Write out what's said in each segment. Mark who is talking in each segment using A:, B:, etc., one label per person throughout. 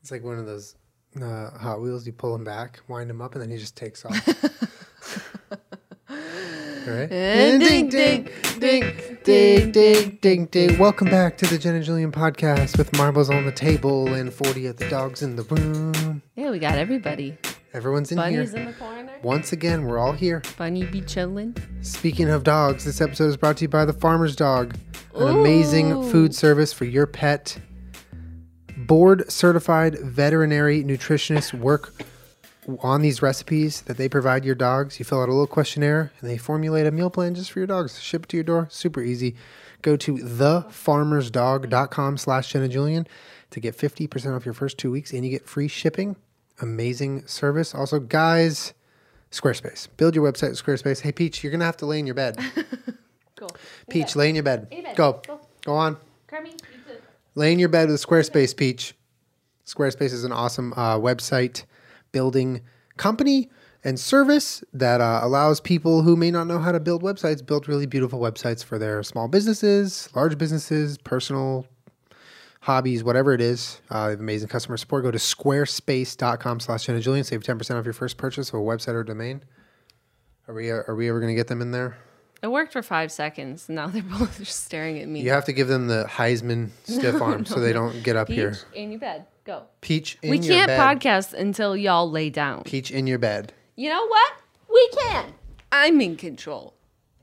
A: It's like one of those uh, Hot Wheels. You pull them back, wind them up, and then he just takes off. right?
B: And ding, ding, ding, ding,
A: ding, ding, ding. Welcome back to the Jen and Julian podcast with marbles on the table and 40 of the dogs in the room.
B: Yeah, we got everybody.
A: Everyone's in
B: Bunny's
A: here.
B: in the corner.
A: Once again, we're all here.
B: Bunny be chillin'.
A: Speaking of dogs, this episode is brought to you by The Farmer's Dog, an amazing
B: Ooh.
A: food service for your pet. Board certified veterinary nutritionists work on these recipes that they provide your dogs. You fill out a little questionnaire and they formulate a meal plan just for your dogs. Ship it to your door. Super easy. Go to thefarmersdog.com slash Jenna Julian to get 50% off your first two weeks and you get free shipping. Amazing service. Also, guys, Squarespace. Build your website with Squarespace. Hey, Peach, you're going to have to lay in your bed.
C: Cool.
A: Peach, lay in your bed.
C: In your bed.
A: Go.
C: Go.
A: Go on.
C: Kermit, you too.
A: Lay in your bed with Squarespace, Peach. Squarespace is an awesome uh, website building company and service that uh, allows people who may not know how to build websites build really beautiful websites for their small businesses, large businesses, personal hobbies, whatever it is. Uh, they have amazing customer support. Go to squarespace.com slash Jenna Julian. Save 10% off your first purchase of a website or domain. Are we, are we ever going to get them in there?
B: It worked for five seconds. Now they're both just staring at me.
A: You have to give them the Heisman stiff arm so they don't get up
C: Peach,
A: here.
C: in your bed. Go.
A: Peach in
B: we
A: your
B: can't
A: bed.
B: podcast until y'all lay down.
A: Peach in your bed.
C: You know what? We can.
B: I'm in control.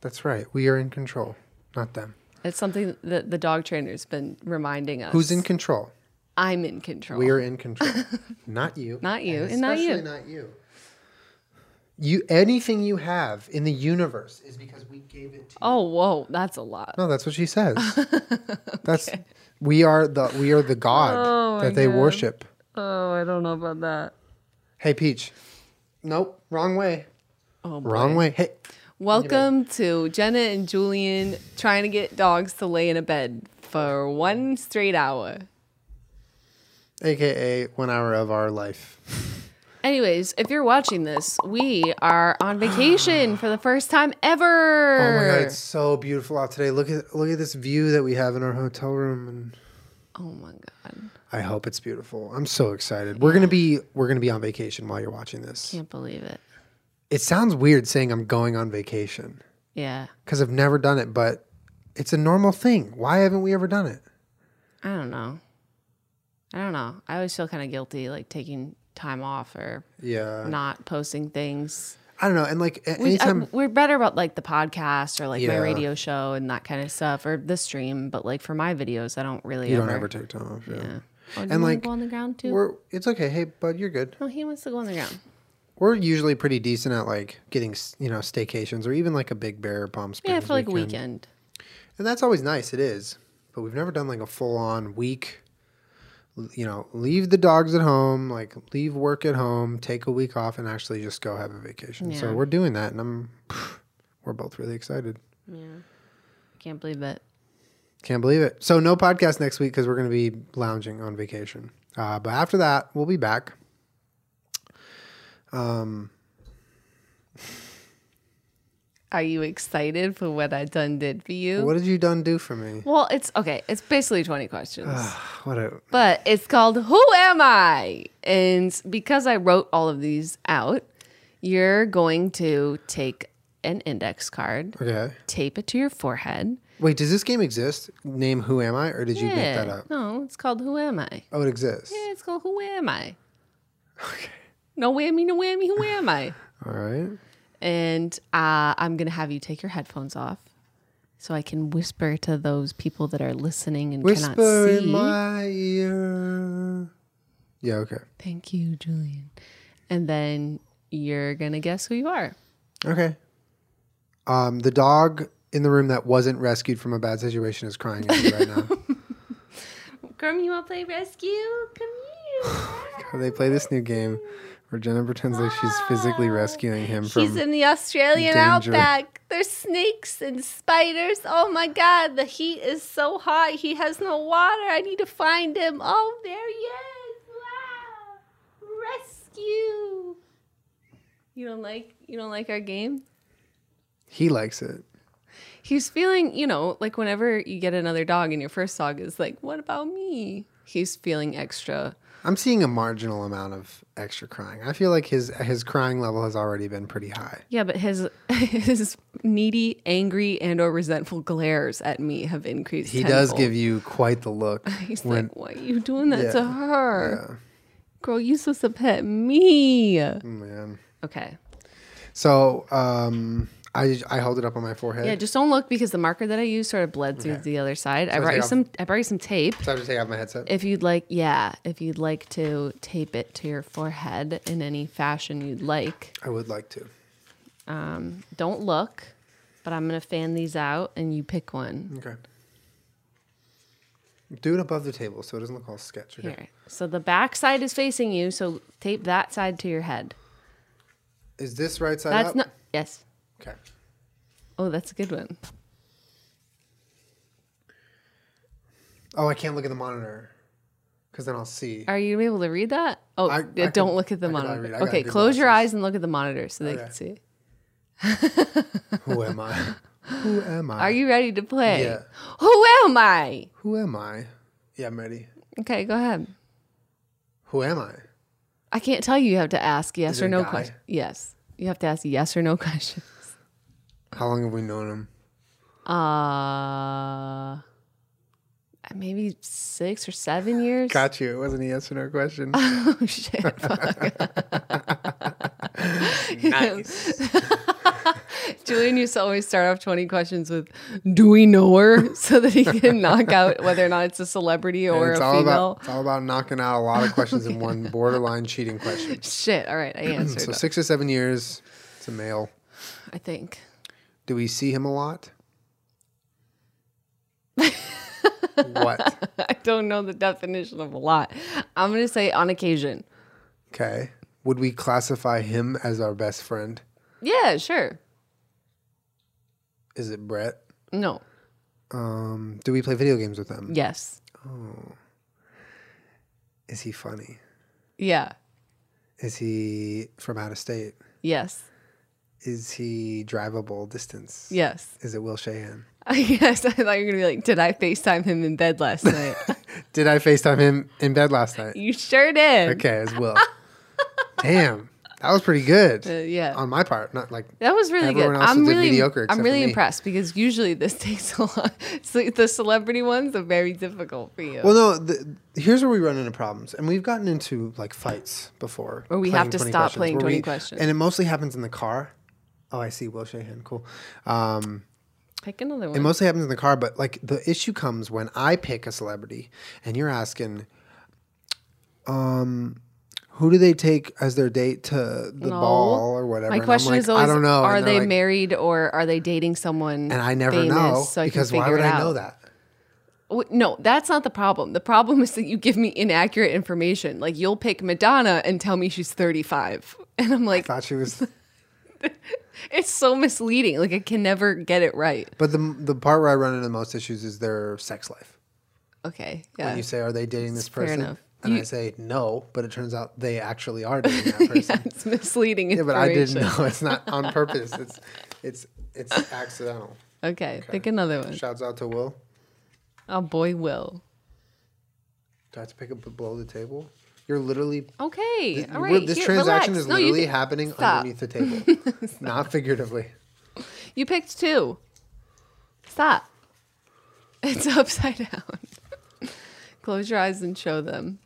A: That's right. We are in control, not them.
B: It's something that the dog trainer's been reminding us.
A: Who's in control?
B: I'm in control.
A: We are in control, not you.
B: Not you, and not
A: especially
B: you.
A: not you. You anything you have in the universe is because we gave it to you.
B: Oh, whoa, that's a lot.
A: No, that's what she says. That's we are the we are the god
B: Oh, my
A: that they
B: God.
A: worship.
B: Oh, I don't know about that.
A: Hey, Peach. Nope, wrong way.
B: Oh, boy.
A: Wrong way. Hey,
B: Welcome to Jenna and Julian trying to get dogs to lay in a bed for one straight hour.
A: aka one hour of our life.
B: Anyways, if you're watching this, we are on vacation for the first time ever.
A: Oh my god, it's so beautiful out today. Look at look at this view that we have in our hotel room and
B: Oh my god.
A: I hope it's beautiful. I'm so excited. We're gonna be we're gonna be on vacation while you're watching this.
B: Can't believe it.
A: It sounds weird saying I'm going on vacation
B: Yeah.
A: because I've never done it, but it's a normal thing. Why haven't we ever done it?
B: I don't know. I don't know. I always feel kind of guilty like taking time off or
A: Yeah,
B: not posting things.
A: I don't know. And like a-
B: We, uh,
A: anytime,
B: I, we're better about like the podcast or like
A: Yeah.
B: my radio show and that kind of stuff or the stream, but like for my videos, I don't really
A: you
B: ever,
A: don't ever take time off. Yeah,
B: yeah. Oh, do
A: And,
B: you want
A: like,
B: to go on the ground too?
A: we're it's okay. Hey, bud, you're good.
B: No, he wants to go on the ground.
A: We're usually pretty decent at like getting s- you know staycations or even like a Big Bear or Palm Springs.
B: Yeah, for like a
A: weekend.
B: weekend.
A: And that's always nice. It is. But we've never done like a full on week, l- you know, leave the dogs at home, like leave work at home, take a week off, and actually just go have a vacation. So
B: Yeah.
A: we're doing that. And I'm, we're both really excited.
B: Can't believe it.
A: Can't believe it. So no podcast next week because we're going to be lounging on vacation. Uh, but after that, we'll be back.
B: Are you excited for what I done did for you?
A: What did you done do for me?
B: Well, it's okay. It's basically 20 questions,
A: What a
B: but it's called Who Am I? And because I wrote all of these out, you're going to take an index card,
A: okay.
B: tape it to your forehead.
A: Wait, does this game exist? Name Who Am I, or did you make that up?
B: No, it's called Who Am I? Yeah,
A: Oh, it exists.
B: it's called Who Am I?
A: Okay.
B: No whammy, no whammy, who am I?
A: All right.
B: and uh, I'm gonna have you take your headphones off so I can whisper to those people that are listening and
A: Whisper
B: cannot see.
A: in my ear. Yeah, okay.
B: Thank you, Julian. And then you're gonna guess who you are.
A: Okay. Um, the dog in the room that wasn't rescued from a bad situation is crying at me right now.
C: Kermit, you want to play rescue? Come here.
A: How they play this new game where Jenna pretends like she's physically
B: Ah,
A: rescuing him
B: She's
A: from
B: in the Australian
A: danger.
B: outback. There's snakes and spiders. Oh my God, the heat is so hot. He has no water. I need to find him. Oh, there he is. Wow. Rescue. You don't like you don't like our game?
A: He likes it.
B: He's feeling, you know, like whenever you get another dog and your first dog is like, "What about me?" He's feeling extra
A: I'm seeing a marginal amount of extra crying. I feel like his his crying level has already been pretty high.
B: Yeah, but his his needy, angry, and or resentful glares at me have increased.
A: He does
B: tenfold.
A: give you quite the look. Oh,
B: He's
A: when-
B: like, "Why are you doing that to
A: Yeah,
B: her,
A: yeah,
B: girl? You supposed to pet me?"
A: man.
B: Okay.
A: So um, I I hold it up on my forehead.
B: Yeah, just don't look because the marker that I used sort of bled through
A: Okay.
B: the other side. I
A: I
B: brought you
A: take off-
B: some. I brought you some tape.
A: so I have to take off my headset.
B: If you'd like, yeah, if you'd like to tape it to your forehead in any fashion you'd like,
A: I would like to.
B: um, don't look. But I'm gonna fan these out, and you pick one.
A: Okay. Do it above the table so it doesn't look all sketched. or
B: Here. So the back side is facing you, so tape that side to your head.
A: Is this right side
B: That's
A: up?
B: not. Yes.
A: Okay.
B: Oh, that's a good one.
A: Oh, I can't look at the monitor because then I'll see.
B: Are you able to read that? Oh,
A: I- I
B: yeah,
A: can-
B: don't look at the
A: I can probably
B: monitor.
A: read. I got
B: Okay,
A: good
B: close your
A: glasses.
B: eyes and look at the monitor so they
A: Okay.
B: can see.
A: Who am I? Who am I?
B: Are you ready to play?
A: Yeah.
B: Who am I?
A: Who am I? Yeah, I'm ready.
B: Okay, go ahead.
A: Who am I?
B: I can't tell you. You have to ask yes
A: Is it
B: or
A: a
B: no
A: guy?
B: question. Yes, you have to ask yes or no questions.
A: How long have we known him?
B: Uh, maybe six or seven years.
A: Got you. It wasn't a yes or no question.
B: Oh shit!
A: nice.
B: Julian used to always start off twenty questions with "Do we know her?" so that he can knock out whether or not it's a celebrity
A: And
B: or a
A: it's all
B: female.
A: about it's all about knocking out a lot of questions in one borderline cheating question.
B: Shit! All right, I answered.
A: So
B: it,
A: six or seven years. It's a male.
B: I think.
A: Do we see him a lot? what?
B: I don't know the definition of a lot. I'm gonna say on occasion.
A: Okay. Would we classify him as our best friend?
B: Yeah, sure.
A: Is it Brett?
B: No.
A: Um, do we play video games with him?
B: Yes.
A: Is he funny?
B: Yeah.
A: Is he from out of state?
B: Yes.
A: Is he drivable distance?
B: Yes.
A: Is it Will Shahan?
B: Yes. I thought you were gonna be like, did I FaceTime him in bed last night?
A: Did I FaceTime him in bed last night?
B: you sure did.
A: Okay, it's Will. Damn. That was pretty good.
B: Uh, yeah.
A: On my part, not like
B: That was really
A: Um, Everyone
B: good.
A: else
B: I'm
A: did
B: really,
A: mediocre except
B: I'm
A: for
B: really
A: me.
B: impressed because usually this takes a lot. So the celebrity ones are very difficult for you.
A: Well, no. The, here's where we run into problems, and we've gotten into like fights before.
B: Where we
A: playing
B: have to
A: 20
B: stop
A: questions,
B: playing
A: where
B: 20
A: we-
B: questions.
A: and it mostly happens in the car. Oh, I see. Will Shahan, cool. Um,
B: Pick another
A: it
B: one.
A: mostly happens in the car, but like the issue comes when I pick a celebrity, and you're asking, um, who do they take as their date to the
B: No.
A: ball or whatever?
B: My
A: And I'm
B: question
A: like,
B: is always,
A: I don't know.
B: are
A: And they're
B: they
A: like,
B: married or are they dating someone?
A: And I never
B: famous
A: know
B: so I can
A: because why
B: figure
A: would
B: it
A: I
B: out?
A: know that?
B: W- No, that's not the problem. The problem is that you give me inaccurate information. Like you'll pick Madonna and tell me she's 35. And I'm like,
A: Thought she was.
B: it's so misleading. Like I can never get it right.
A: But the the part where I run into the most issues is their sex life.
B: Okay.
A: And
B: Yeah.
A: you say, "Are they dating this
B: fair
A: person?"
B: enough.
A: And I
B: You-
A: say, "No," but it turns out they actually are dating that person.
B: yeah it's misleading
A: yeah,
B: information.
A: but I didn't know. It's not on purpose. It's it's it's accidental.
B: Okay, pick another one.
A: Shouts out to Will.
B: Oh boy, Will.
A: Do I have to pick up below the table? You're literally.
B: Okay.
A: Th-
B: all
A: we're-
B: right.
A: this
B: here,
A: transaction
B: relax.
A: is
B: No, you
A: literally
B: can-
A: happening
B: Stop.
A: underneath the table, not figuratively.
B: You picked two. Stop. It's upside down. Close your eyes and show them.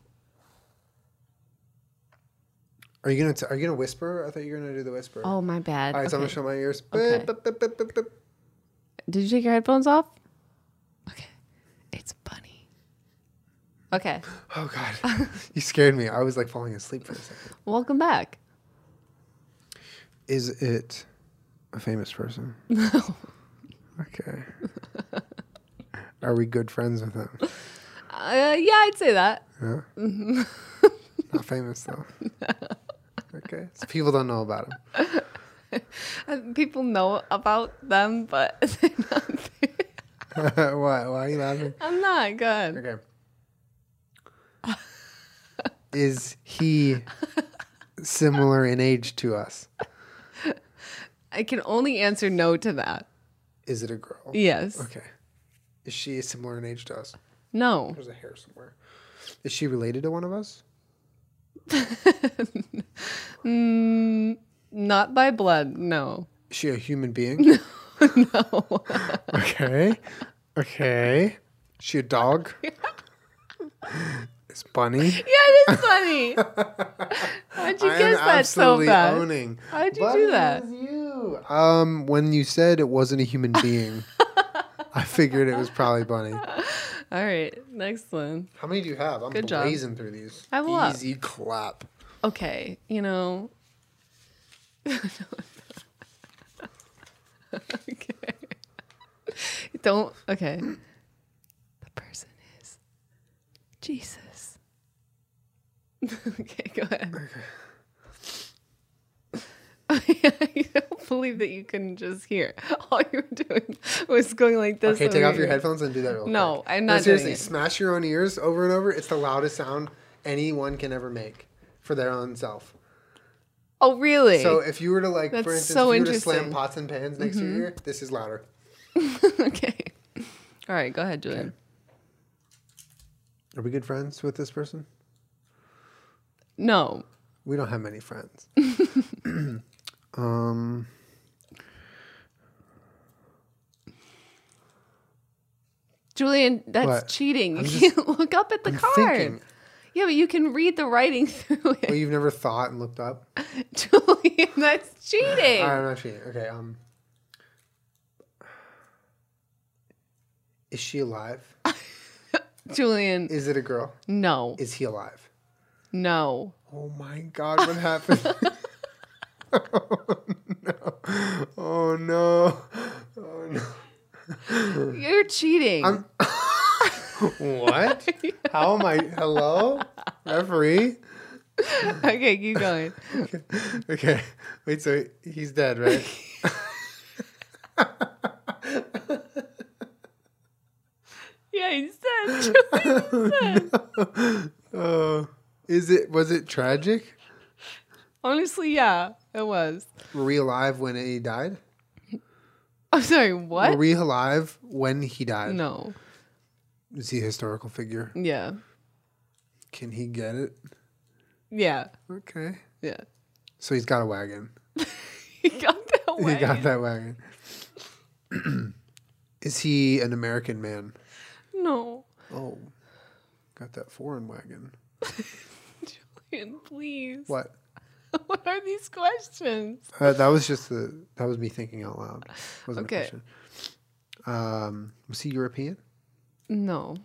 A: Are you gonna t- Are you gonna whisper? I thought you were gonna do the whisper.
B: Oh, my bad.
A: All right, so I'm
B: Okay.
A: gonna show my ears.
B: Okay.
A: Bip, bip, bip, bip, bip.
B: Did you take your headphones off? Okay. It's Bunny. Okay.
A: Oh God, you scared me. I was like falling asleep for a second.
B: Welcome back.
A: Is it a famous person? No. Okay. Are we good friends with him?
B: Uh, yeah, I'd say that.
A: Not famous though. Okay. So people don't know about him.
B: Uh, People know about them, but they're not there.
A: Why? Why are you laughing?
B: I'm not good.
A: Okay. Is he similar in age to us?
B: I can only answer no to that.
A: Is it a girl?
B: Yes.
A: Okay. Is she similar in age to us?
B: No.
A: There's a hair somewhere. Is she related to one of us?
B: Mm, not by blood, no.
A: Is she a human being?
B: no.
A: okay. Okay. Is she a dog? It's Bunny.
B: Yeah, that's funny. How'd you
A: I am
B: guess that so
A: absolutely
B: fast?
A: owning.
B: How'd you
A: Bunny
B: do that?
A: is you. Um, when you said it wasn't a human being, I figured it was probably Bunny.
B: All right, next one.
A: How many do you have? I'm
B: Good job.
A: blazing through these.
B: I have a lot.
A: Easy clap.
B: Okay, you know. okay. Don't. Okay. The person is Jesus. okay, go ahead. I don't believe that you couldn't just hear. All you were doing was going like this.
A: Okay, take
B: over
A: off your
B: here.
A: headphones and do that real
B: No,
A: quick.
B: I'm
A: No,
B: not doing
A: seriously,
B: it.
A: smash your own ears over and over. It's the loudest sound anyone can ever make for their own self.
B: Oh, really?
A: So if you were to like,
B: That's
A: for instance,
B: so
A: if you were to slam
B: interesting. Mm-hmm.
A: pots and pans next to your ear, this is louder.
B: okay. All right, go ahead, Julian.
A: Are we good friends with this person?
B: No.
A: We don't have many friends. um,
B: Julian, that's
A: What?
B: cheating. You
A: I'm
B: can't look up at the
A: I'm
B: card.
A: thinking.
B: Yeah, but you can read the writing through
A: Well,
B: it.
A: you've never thought and looked up.
B: Julian, that's cheating.
A: All right, I'm not cheating. Okay. Um, is she alive?
B: Julian,
A: Is it a girl?
B: no.
A: Is he alive?
B: No.
A: Oh my God! What happened? oh no! Oh no!
B: You're cheating.
A: I'm- What? How am I? Hello, referee.
B: okay, keep going.
A: Okay. Wait. So he's dead, right?
B: yeah, he said.
A: Uh, is it? Was it tragic?
B: Honestly, yeah, it was.
A: Were we alive when he died?
B: I'm sorry,
A: Were
B: what?
A: we alive when he died?
B: No.
A: Is he a historical figure?
B: Yeah.
A: Can he get it?
B: Yeah.
A: Okay.
B: Yeah.
A: So he's got a wagon.
B: He got that way.
A: He got that wagon. Is he an American man?
B: No.
A: Oh, got that foreign wagon.
B: Julian, please.
A: What?
B: what are these questions?
A: Uh, that was just the that was me thinking out loud. Wasn't
B: Okay.
A: a question. Um, was he European?
B: No.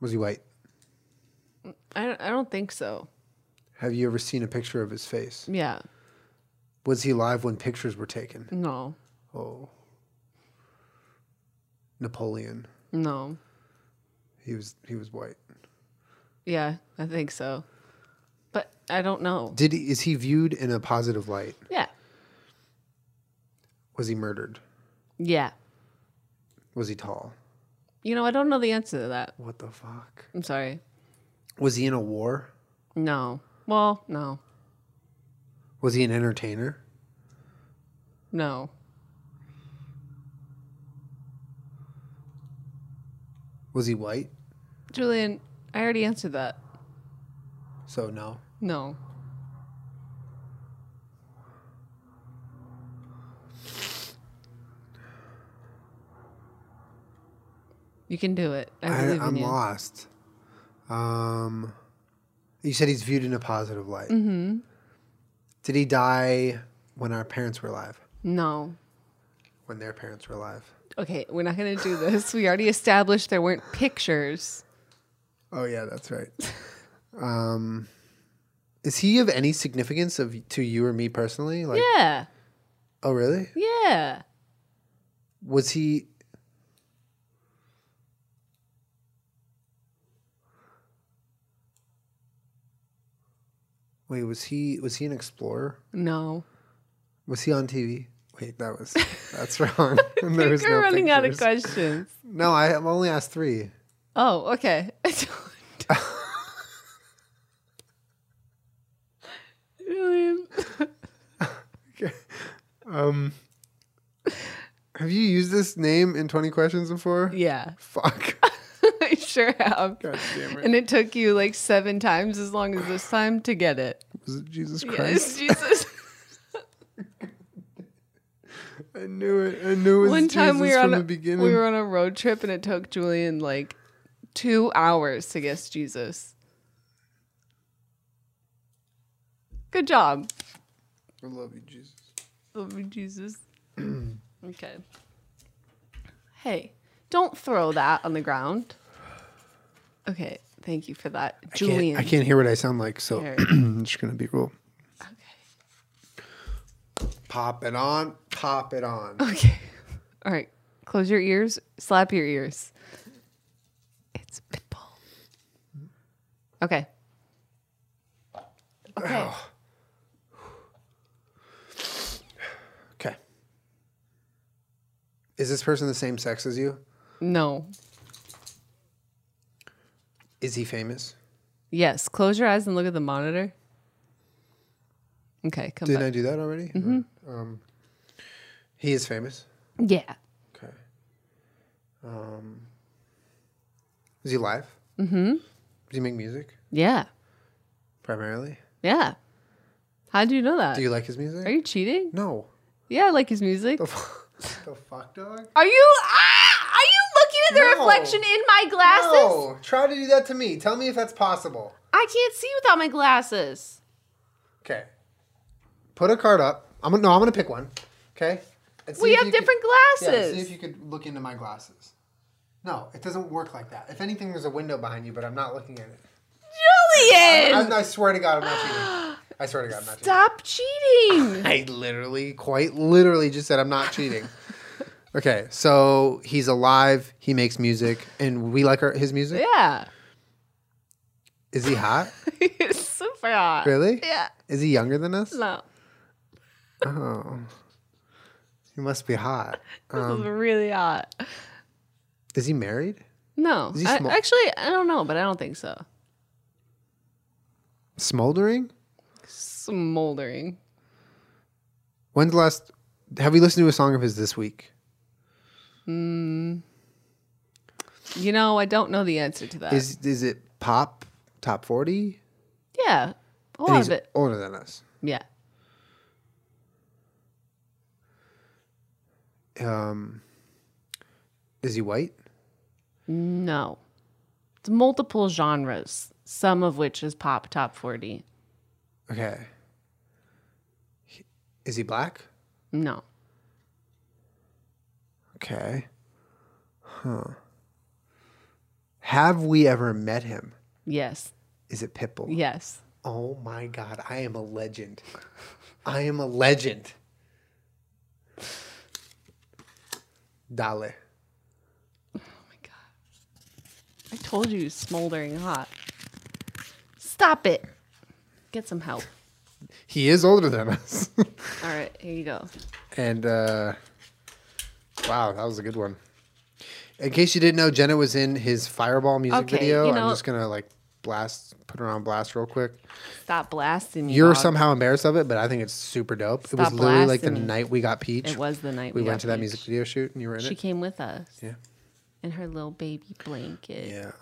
A: Was he white?
B: I don't, I don't think so.
A: Have you ever seen a picture of his face?
B: Yeah.
A: Was he alive when pictures were taken?
B: No.
A: Oh, Napoleon.
B: No.
A: He was he was white.
B: Yeah, I think so. But I don't know.
A: Did he, is he viewed in a positive light?
B: Yeah.
A: Was he murdered?
B: Yeah.
A: Was he tall?
B: You know, I don't know the answer to that.
A: What the fuck?
B: I'm sorry.
A: Was he in a war?
B: No. Well, no.
A: Was he an entertainer?
B: No.
A: Was he white?
B: Julian, I already answered that.
A: So no.
B: No. You can do it. I
A: I,
B: believe in
A: I'm
B: you.
A: lost. Um, you said he's viewed in a positive light.
B: Mhm.
A: Did he die when our parents were alive?
B: No.
A: When their parents were alive?
B: Okay, we're not going to do this. We already established there weren't pictures.
A: Oh yeah, that's right. um, is he of any significance of to you or me personally? Like,
B: Yeah.
A: oh really?
B: Yeah.
A: Was he? Wait, was he was he an explorer?
B: No.
A: Was he on TV? Wait, that was that's wrong.
B: I
A: there was
B: think we're
A: no
B: running out of
A: pictures.
B: questions.
A: No, I have only asked three.
B: Oh, okay. Julian,
A: Um, have you used this name in twenty questions before?
B: yeah.
A: Fuck.
B: I sure have.
A: God damn it.
B: And it took you like seven times as long as this time to get it.
A: Was it Jesus
B: Yes,
A: Christ?
B: Jesus.
A: I knew it. I knew it was
B: One time we
A: Jesus
B: were
A: from
B: on
A: the
B: a,
A: beginning.
B: we were on a road trip and it took Julian like two hours to guess Jesus. Good job.
A: I love you, Jesus.
B: Love you, Jesus. okay. Hey, don't throw that on the ground. Okay, thank you for that, Julian.
A: I can't hear what I sound like, so
B: There.
A: I'm just gonna be real.
B: Okay.
A: Pop it on, pop it on.
B: Okay. All right. Close your ears. Slap your ears. It's Pitbull. Okay. Okay.
A: Okay. Is this person the same sex as you?
B: No.
A: Is he famous?
B: Yes. Close your eyes and look at the monitor. Okay. Come
A: Didn't
B: back.
A: I do that already?
B: Mm-hmm.
A: Um, he is famous.
B: yeah.
A: Okay. Um, is he alive? Mm-hmm. Does he make music
B: Yeah.
A: primarily?
B: Yeah. How do you know that?
A: Do you like his music?
B: Are you cheating?
A: no.
B: Yeah, I like his music.
A: The, f- the fuck, dog?
B: Are you ah, are you looking at the
A: No.
B: reflection in my glasses?
A: No. Try to do that to me. Tell me if that's possible.
B: I can't see without my glasses.
A: Okay. Put a card up. I'm gonna no. I'm gonna pick one. Okay. And see
B: We
A: if
B: have
A: you could-
B: different
A: Yeah,
B: glasses.
A: see if you could look into my glasses. No, it doesn't work like that. If anything, there's a window behind you, but I'm not looking at it.
B: Julian!
A: I, I swear to God, I'm not cheating. I swear to God, I'm not cheating.
B: Stop cheating.
A: I literally, quite literally, just said I'm not cheating. okay, so he's alive. He makes music, and we like our, his music.
B: yeah.
A: Is he hot?
B: it's super hot.
A: Really?
B: Yeah.
A: Is he younger than us?
B: No.
A: Oh, he must be hot.
B: This
A: Um,
B: is really hot.
A: Is he married?
B: No.
A: is he
B: I-
A: small?
B: actually, I don't know, but I don't think so.
A: Smoldering?
B: Smoldering.
A: When's the last? Have we listened to a song of his this week?
B: You know, I don't know the answer to that.
A: Is is it pop top forty?
B: yeah. A
A: And
B: lot
A: he's
B: of it.
A: older than us.
B: Yeah.
A: Um, is he white?
B: No. It's multiple genres, some of which is pop top 40.
A: Okay. He- Is he black?
B: No.
A: Okay. Huh. Have we ever met him?
B: Yes.
A: Is it Pitbull?
B: Yes.
A: Oh my God, I am a legend. I am a legend. Dale.
B: I told you, smoldering hot. Stop it. Get some help.
A: He is older than us.
B: All right, here you go.
A: And uh, wow, that was a good one. In case you didn't know, Jenna was in his Fireball music
B: Okay,
A: video.
B: you
A: I'm
B: know-
A: just gonna like blast, put her on blast real quick.
B: Stop blasting. you,
A: You're
B: dog.
A: somehow embarrassed of it, but I think it's super dope. it was
B: Stop
A: literally like the
B: blasting me.
A: night we got Peach.
B: It was the night
A: We,
B: we,
A: went
B: got
A: to that
B: Peach.
A: music video shoot, and you were in
B: She
A: it.
B: came with us.
A: Yeah.
B: In her little baby blanket.
A: Yeah,
B: Here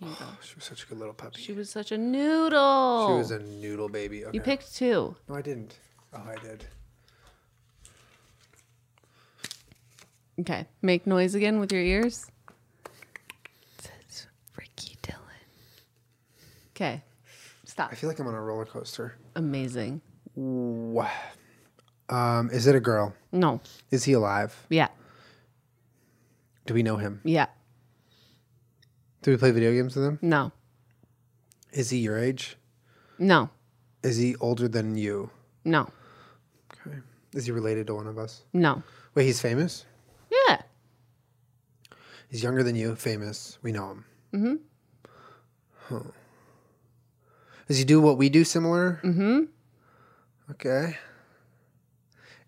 B: you go.
A: she was such a good little puppy.
B: She was such a noodle.
A: She was a noodle baby. Okay.
B: Oh. you picked two.
A: No, I didn't. Oh, I did.
B: Okay. Make noise again with your ears.
C: Ricky Dillon.
B: Okay. Stop.
A: I feel like I'm on a roller coaster.
B: Amazing.
A: Wow. Um, is it a girl?
B: No.
A: Is he alive?
B: Yeah.
A: Do we know him?
B: Yeah.
A: Do we play video games with him?
B: No.
A: Is he your age?
B: No.
A: Is he older than you?
B: No.
A: Okay. Is he related to one of us?
B: No.
A: Wait, he's famous?
B: Yeah.
A: He's younger than you, famous. We know him. Mm-hmm. Huh. Does he do what we do similar? Mm-hmm. Okay.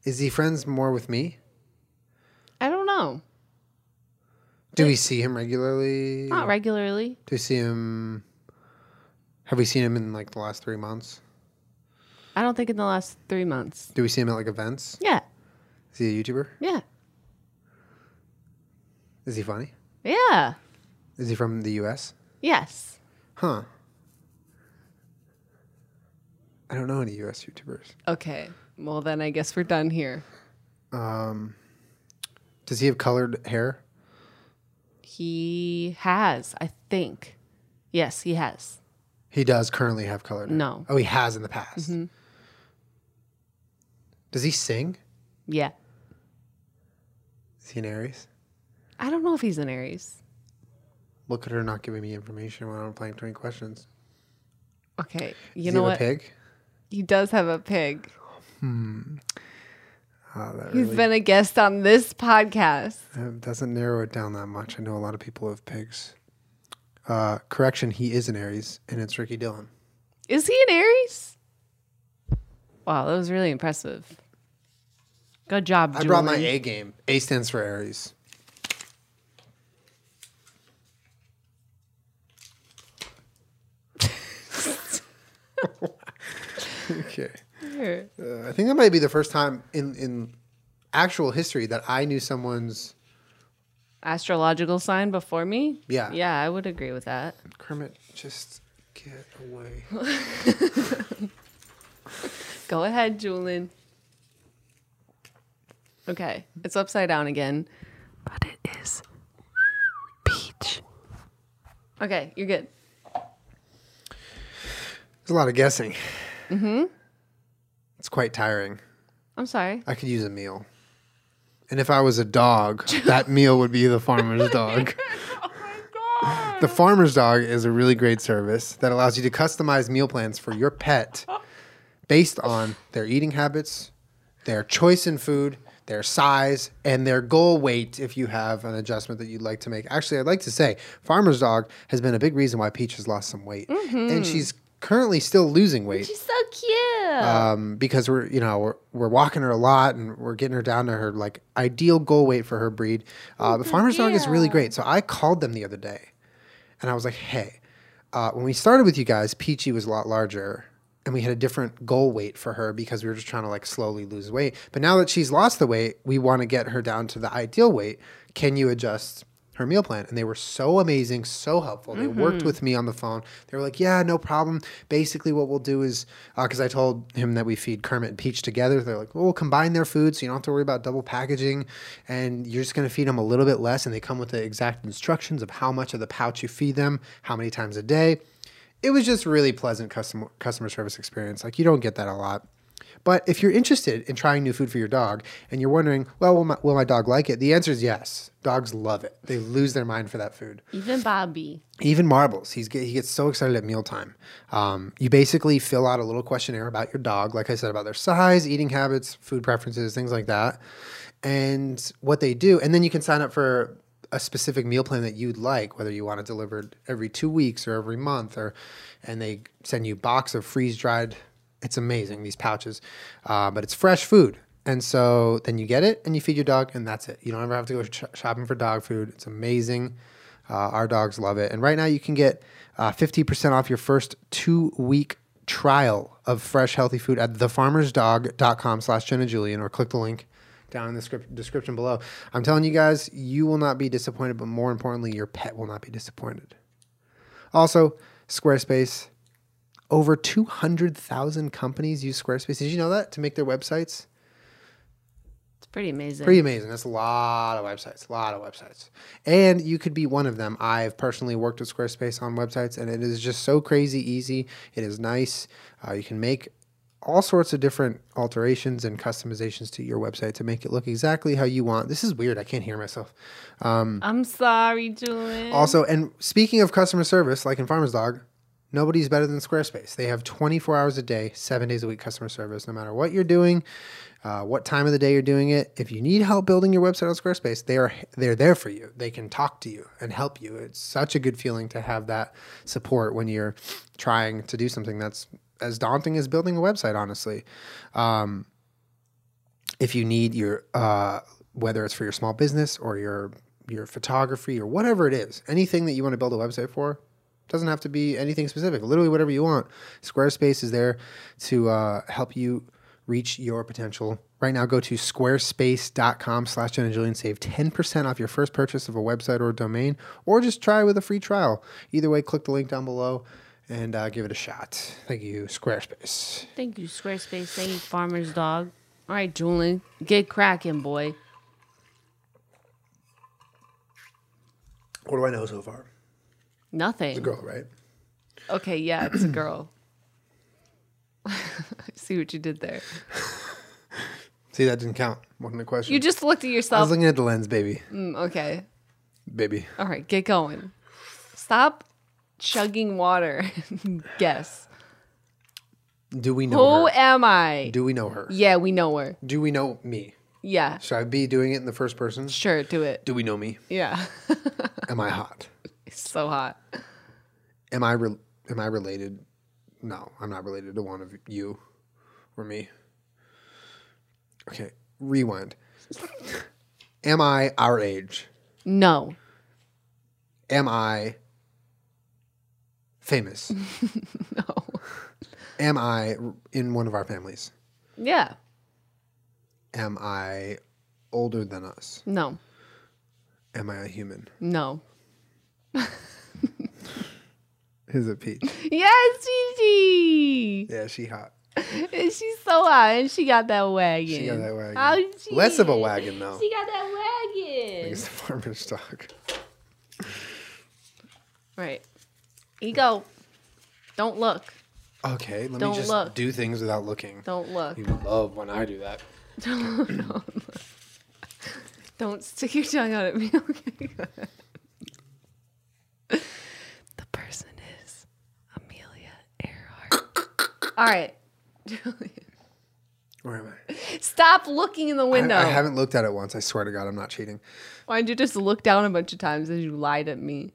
A: Is he friends more with me?
B: I don't know.
A: Do we see him regularly?
B: Not regularly.
A: Do we see him have we seen him in like the last three months?
B: I don't think in the last three months.
A: Do we see him at like events?
B: Yeah.
A: Is he a YouTuber?
B: Yeah.
A: Is he funny?
B: Yeah.
A: Is Is he from the U.S.?
B: Yes.
A: Huh. I don't know any U.S. YouTubers.
B: Okay. Well, then I guess we're done here.
A: Does he have colored hair?
B: He has, I think. Yes, he has.
A: He does currently have colored hair.
B: No. Mm-hmm.
A: Oh, he has in the past. Does he sing?
B: Yeah.
A: Is he an Aries?
B: I don't know if he's an Aries.
A: Look at her not giving me information when I'm playing 20 questions.
B: Okay.
A: Does
B: You
A: he
B: know
A: have
B: what?
A: a pig?
B: He does have a pig.
A: Oh, that
B: He's
A: really
B: been a guest on this podcast.
A: that doesn't narrow it down that much. I know a lot of people have pigs. Uh, correction, he is an Aries, and it's Ricky Dillon.
B: Is he an Aries? Wow, that was really impressive. Good job,
A: I
B: Julie.
A: brought my A game. A stands for Aries. okay.
B: Here.
A: Uh, I think that might be the first time in, in actual history that I knew someone's.
B: astrological sign before me?
A: Yeah.
B: Yeah, I would agree with that.
A: Kermit, just get away.
B: Go ahead, Julian. Okay, it's upside down again. But it is peach. Okay, you're good.
A: There's a lot of guessing. Mm-hmm. It's quite tiring.
B: I'm sorry.
A: I could use a meal. And if I was a dog, that meal would be the farmer's dog. The farmer's dog is a really great service that allows you to customize meal plans for your pet based on their eating habits, their choice in food, their size, and their goal weight if you have an adjustment that you'd like to make. Actually, I'd like to say farmer's dog has been a big reason why Peach has lost some weight. And she's currently still losing weight
D: She's so cute.
A: um, because we're you know we're, we're walking her a lot and we're getting her down to her like ideal goal weight for her breed. Uh, the farmer's dog is really great. So I called them the other day, and I was like, hey, uh, when we started with you guys, Peachy was a lot larger. And we had a different goal weight for her because we were just trying to like slowly lose weight. But now that she's lost the weight, we want to get her down to the ideal weight. Can you adjust her meal plan and they were so amazing so helpful they worked with me on the phone they were like yeah no problem basically what we'll do is because i told him that we feed kermit and peach together they're like well, we'll combine their food so you don't have to worry about double packaging and you're just going to feed them a little bit less and they come with the exact instructions of how much of the pouch you feed them how many times a day it was just really pleasant customer customer service experience like you don't get that a lot but if you're interested in trying new food for your dog and you're wondering, well, will my, will my dog like it? The answer is yes. Dogs love it. They lose their mind for that food.
B: Even Bobby.
A: Even marbles. He's get, he gets so excited at mealtime. Um, you basically fill out a little questionnaire about your dog, like I said, about their size, eating habits, food preferences, things like that, and what they do. And then you can sign up for a specific meal plan that you'd like, whether you want it delivered every two weeks or every month, or and they send you a box of freeze dried. It's amazing these pouches, uh, but it's fresh food. And so then you get it and you feed your dog, and that's it. You don't ever have to go sh- shopping for dog food. It's amazing. Uh, our dogs love it. And right now you can get uh, 50% off your first two week trial of fresh, healthy food at thefarmersdog.com slash Jen and Julian or click the link down in the script, description below. I'm telling you guys, you will not be disappointed, but more importantly, your pet will not be disappointed. Also, Squarespace. Over 200,000 companies use Squarespace. Did you know that to make their websites?
B: It's pretty amazing.
A: Pretty amazing. That's a lot of websites, a lot of websites. And you could be one of them. I've personally worked with Squarespace on websites, and it is just so crazy easy. It is nice. Uh, you can make all sorts of different alterations and customizations to your website to make it look exactly how you want. This is weird. I can't hear myself.
B: I'm sorry, Julian.
A: Also, and speaking of customer service, like in Farmer's Dog, nobody's better than Squarespace. They have 24 hours a day, seven days a week customer service, no matter what you're doing, uh, what time of the day you're doing it. If you need help building your website on Squarespace, they are they're there for you. They can talk to you and help you. It's such a good feeling to have that support when you're trying to do something that's as daunting as building a website, honestly if you need your uh, whether it's for your small business or your your photography or whatever it is, anything that you want to build a website for, doesn't have to be anything specific. Literally whatever you want. Squarespace is there to uh, help you reach your potential Right now, go to squarespace.com slash Jen and Jillian. Save 10% off your first purchase of a website or a domain, or just try with a free trial. Either way, click the link down below and uh, give it a shot. Thank you, Squarespace.
C: Thank you, Squarespace. Thank you, Farmer's Dog. All right, Julian, get cracking, boy.
A: What do I know so far?
C: Nothing.
A: Girl, right?
B: Okay, yeah, it's a girl. I see what you did there.
A: See, that didn't count. Wasn't a question.
B: You just looked
A: I
B: at
A: was
B: yourself.
A: looking at the lens, baby.
B: Mm, okay.
A: Baby.
B: All right, get going. Stop chugging water. Guess.
A: Do we know
B: Who
A: her?
B: am I?
A: Do we know her?
B: Yeah, we know her.
A: Do we know me?
B: Yeah.
A: Should I be doing it in the first person?
B: Sure, do it.
A: Do we know me?
B: Yeah.
A: Am I hot?
B: it's so hot.
A: Am I re- am I related? No, I'm not related to one of you or me. Okay, rewind. Am I our age?
B: No.
A: Am I famous?
B: No.
A: Am I r- in one of our families?
B: Yeah.
A: Am I older than us?
B: No.
A: Am I a human?
B: No.
A: Is it Pete?
B: Yes, Gigi.
A: Yeah, she hot.
B: And she's so hot, and she got that wagon.
A: She got that wagon.
B: How did she-
A: Less of a wagon though.
C: She got that wagon.
A: It's the farmer's stock.
B: Right. Ego. Don't look.
A: Okay, let
B: Don't
A: me just
B: look.
A: do things without looking.
B: Don't look.
A: You love when I do that.
B: Don't stick your tongue out at me. Okay. go ahead. the person is Amelia Earhart. All right.
A: Where am I?
B: Stop looking in the
A: I-
B: window.
A: I, haven't looked at it once. I swear to God, I'm not cheating.
B: Why'd you just look down a bunch of times as you lied at me?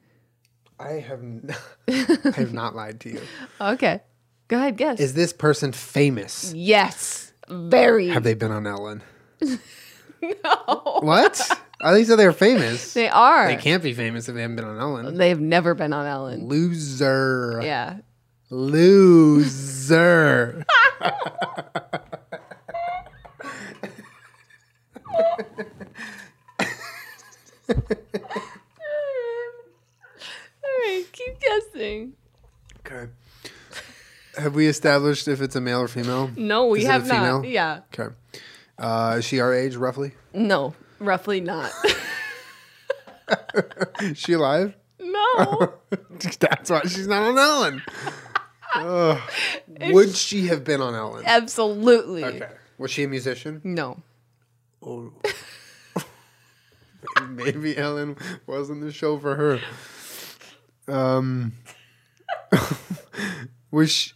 A: I have, n- I have not lied to you.
B: Okay. Go ahead, guess.
A: Is this person famous?
B: yes. Very.
A: Have they been on Ellen? no. What? I think so. They're famous.
B: they are.
A: They can't be famous if they haven't been on Ellen.
B: They have never been on Ellen.
A: Loser.
B: Yeah.
A: Loser.
B: All right, keep guessing.
A: okay. Have we established if it's a male or female?
B: No, we
A: Is it a
B: have not.
A: female?
B: Yeah.
A: Okay. Uh, is she our age, roughly?
B: No, roughly not.
A: Is she alive?
B: no.
A: That's why she's not on Ellen. Ugh. Would she have been on Ellen?
B: Absolutely.
A: Okay. Was she a musician?
B: No.
A: Oh. Maybe Ellen wasn't the show for her. Um, was she,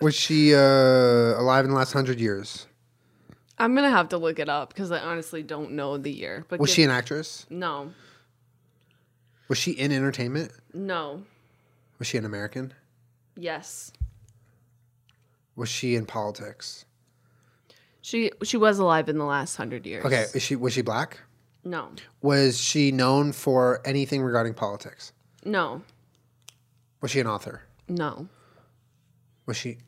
A: was she uh, alive in the last hundred years?
B: I'm gonna have to look it up because I honestly don't know the year. But
A: Was
B: get-
A: she an actress?
B: No,
A: Was she in entertainment?
B: no,
A: Was she an American?
B: yes.
A: Was she in politics?
B: She she was alive in the last hundred years.
A: Okay. Is she was she black?
B: No,
A: Was she known for anything regarding politics?
B: no,
A: Was she an author?
B: no.
A: Was she?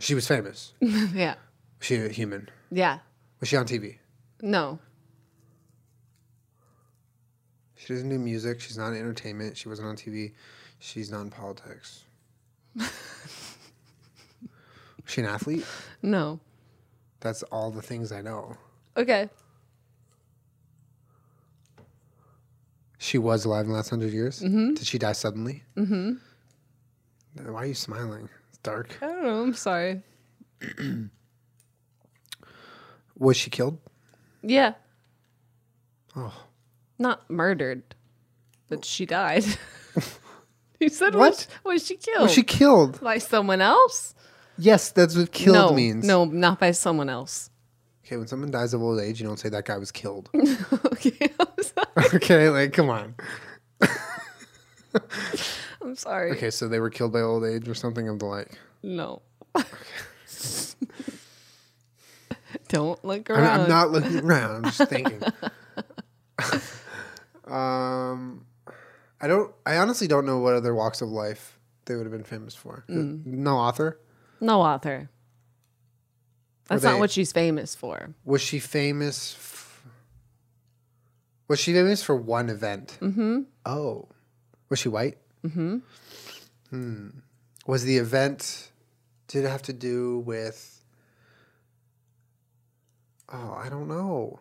A: She was famous. Was
B: yeah,
A: she a human?
B: yeah.
A: Was she on TV?
B: No,
A: She doesn't do music. She's not in entertainment. She wasn't on TV. She's not in politics. Was she an athlete?
B: no.
A: That's all the things I know.
B: Okay.
A: She was alive in the last hundred years. Mm-hmm. Did she die suddenly? Mm-hmm. Why are you smiling? It's dark.
B: I don't know. Oh, I'm sorry.
A: Was she killed?
B: Yeah,
A: Oh,
B: not murdered, but she died. you said
A: What?
B: Was, was she killed
A: was she killed?
B: by someone else?
A: Yes, that's what killed
B: no,
A: means.
B: no, not by someone else.
A: Okay, when someone dies of old age, you don't say that guy was killed.
B: okay, I'm sorry.
A: okay, like come on.
B: I'm sorry.
A: Okay, so they were killed by old age or something of the like.
B: No. Don't look
A: I mean,
B: around.
A: I'm not looking around. I'm just thinking. um, I don't. I honestly don't know what other walks of life
B: Mm.
A: they would have been famous for. No author.
B: No author. That's
A: Were
B: not
A: they-
B: what she's famous for.
A: Was she famous? F- was she famous for one event? Mm-hmm. Oh, was she white? Mm-hmm. Hmm. Was the event? Did it have to do with? Oh, I don't know.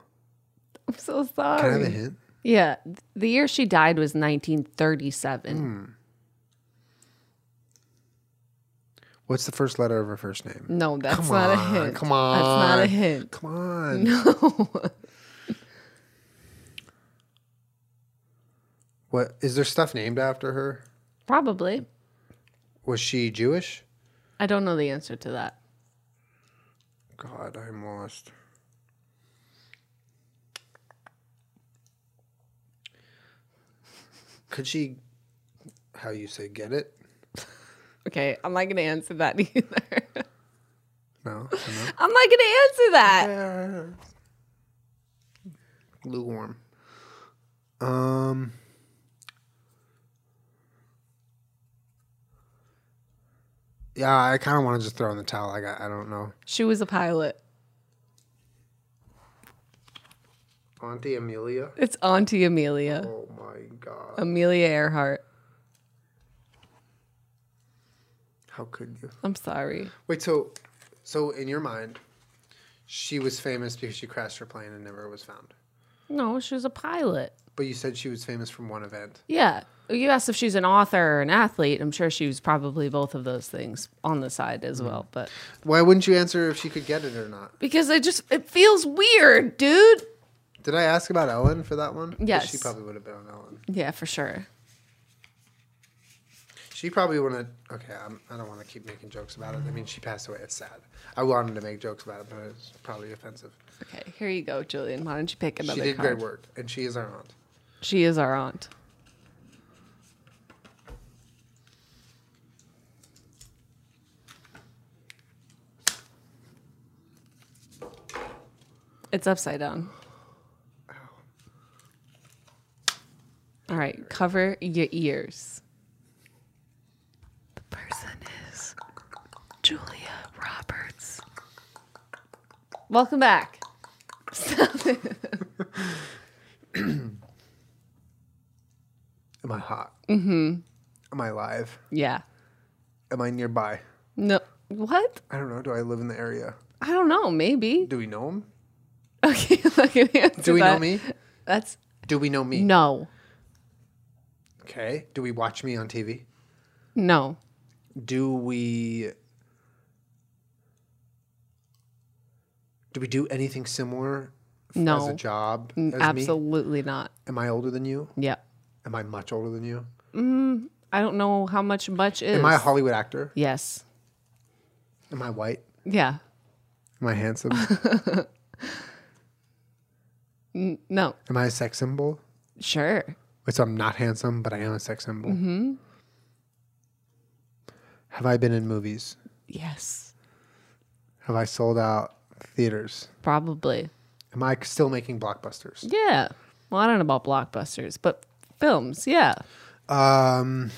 B: I'm so
A: Can I
B: sorry.
A: have a hint?
B: Yeah, th- the year she died was
A: Hmm.
B: 1937.
A: What's the first letter of her first name?
B: No, that's
A: Come
B: not
A: on,
B: a hint.
A: come
B: that's not a
A: on.
B: hint.
A: Come on.
B: No.
A: What is there stuff named after her?
B: Probably.
A: Was she Jewish?
B: I don't know the answer to that.
A: God, I'm lost. Could she, how you say, get it?
B: Okay, I'm not gonna answer that either.
A: No,
B: I'm not gonna answer that.
A: no. Lukewarm. Um. Yeah, I kind of want to just throw in the towel. Like I, I don't know.
B: She was a pilot.
A: Auntie Amelia.
B: It's Auntie Amelia,
A: Oh my God.
B: Amelia Earhart.
A: How could you?
B: I'm sorry.
A: Wait, so so in your mind, she was famous because she crashed her plane and never was found.
B: No, she was a pilot.
A: But you said she was famous from one event.
B: Yeah. You asked if she's an author or an athlete. I'm sure she was probably both of those things on the side as well. But
A: Why wouldn't you answer if she could get it or not?
B: because it just it feels weird, dude.
A: Did I ask about Ellen for that one? 'Cause She
B: Yes.
A: probably would have been on Ellen.
B: Yeah, for sure.
A: She probably would to Okay, I'm, I don't want to keep making jokes about it. I mean, she passed away. It's sad. I wanted to make jokes about it, but it's probably offensive.
B: Okay, here you go, Julian. Why don't you pick another
A: she did
B: card?
A: great work, and she is our aunt.
B: She is our aunt. It's upside down. All right, cover your ears. The person is Julia Roberts. Welcome back. Stop it.
A: Am I hot? Mm-hmm. Am I live?
B: Yeah.
A: Am I nearby?
B: No. What?
A: I don't know. Do I live in the area?
B: I don't know. Maybe.
A: Do we know him?
B: Okay. I'm not gonna answer
A: Do we know
B: that.
A: me?
B: That's
A: Do we know me?
B: no,
A: Okay. Do we watch me on TV?
B: no.
A: Do we Do we do anything similar f- as
B: No. Mm,
A: a job
B: N-
A: as me?
B: Absolutely not.
A: Am I older than you?
B: Yep.
A: Am I much older than you?
B: I don't know how much much is.
A: Am I a Hollywood actor?
B: yes.
A: Am I white?
B: Yeah.
A: Am I handsome?
B: No.
A: Am I a sex symbol?
B: Sure.
A: Wait, so I'm not handsome, but I am a sex symbol. Mm-hmm. Have I been in movies?
B: Yes.
A: Have I sold out theaters?
B: Probably.
A: Am I still making blockbusters?
B: Yeah. Well, I don't know about blockbusters, but films. Yeah.
A: Um,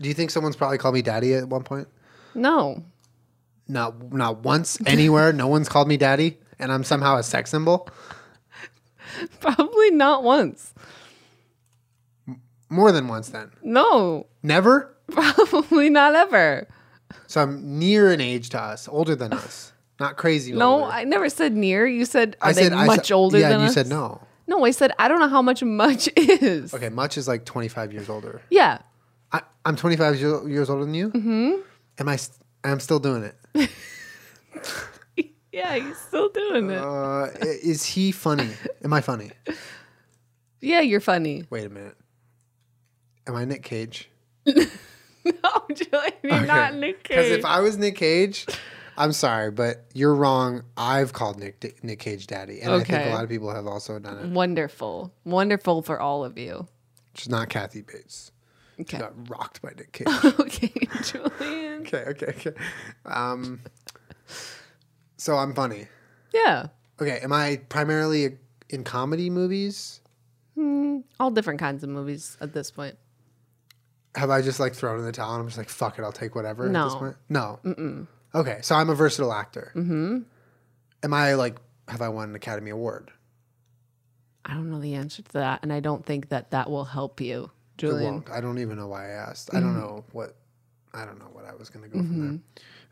A: do you think someone's probably called me daddy at one point?
B: No.
A: Not not once anywhere. no one's called me daddy, and I'm somehow a sex symbol.
B: Probably not once.
A: More than once, then
B: No.
A: never.
B: Probably not ever.
A: So I'm near an age to us, older than us, not crazy.
B: No,
A: older.
B: I never said near. You said are
A: I
B: they
A: I
B: much
A: said-
B: older
A: yeah,
B: than
A: and you
B: us?
A: said no.
B: No, I said I don't know how much much is.
A: Okay, much is like 25 years older.
B: Yeah.
A: I, I'm 25 year- years older than you. Mm-hmm. Am I? St- I'm still doing it.
B: Yeah, you're still doing it.
A: Uh, i- is he funny? Am I funny?
B: Yeah, you're funny.
A: Wait a minute. Am I Nick Cage?
B: No, Julian, you're not Nick
A: Because
B: Cage.
A: if I was Nick Cage, I'm sorry, but you're wrong. I've called Nick Nick Cage daddy, and I think
B: Okay.
A: a lot of people have also done it.
B: Wonderful. Wonderful for all of you.
A: She's not Kathy Bates.
B: Okay.
A: She got rocked by Nick Cage.
B: okay, Julian.
A: okay, okay, okay. Um, so I'm funny.
B: Yeah.
A: Okay, am I primarily in comedy movies?
B: All different kinds of movies at this point.
A: Have I just like thrown in the towel and I'm just like, fuck it, I'll take whatever at this
B: No.
A: point? No. Mm-mm. Okay, so I'm a versatile actor. Mm-hmm. Am I like? Have I won an Academy Award?
B: I don't know the answer to that, and I don't think that that will help you,
A: It
B: Julian.
A: won't. I don't even know why I asked. I
B: Mm-hmm.
A: don't know what. I don't know what I was gonna go from
B: Mm-hmm.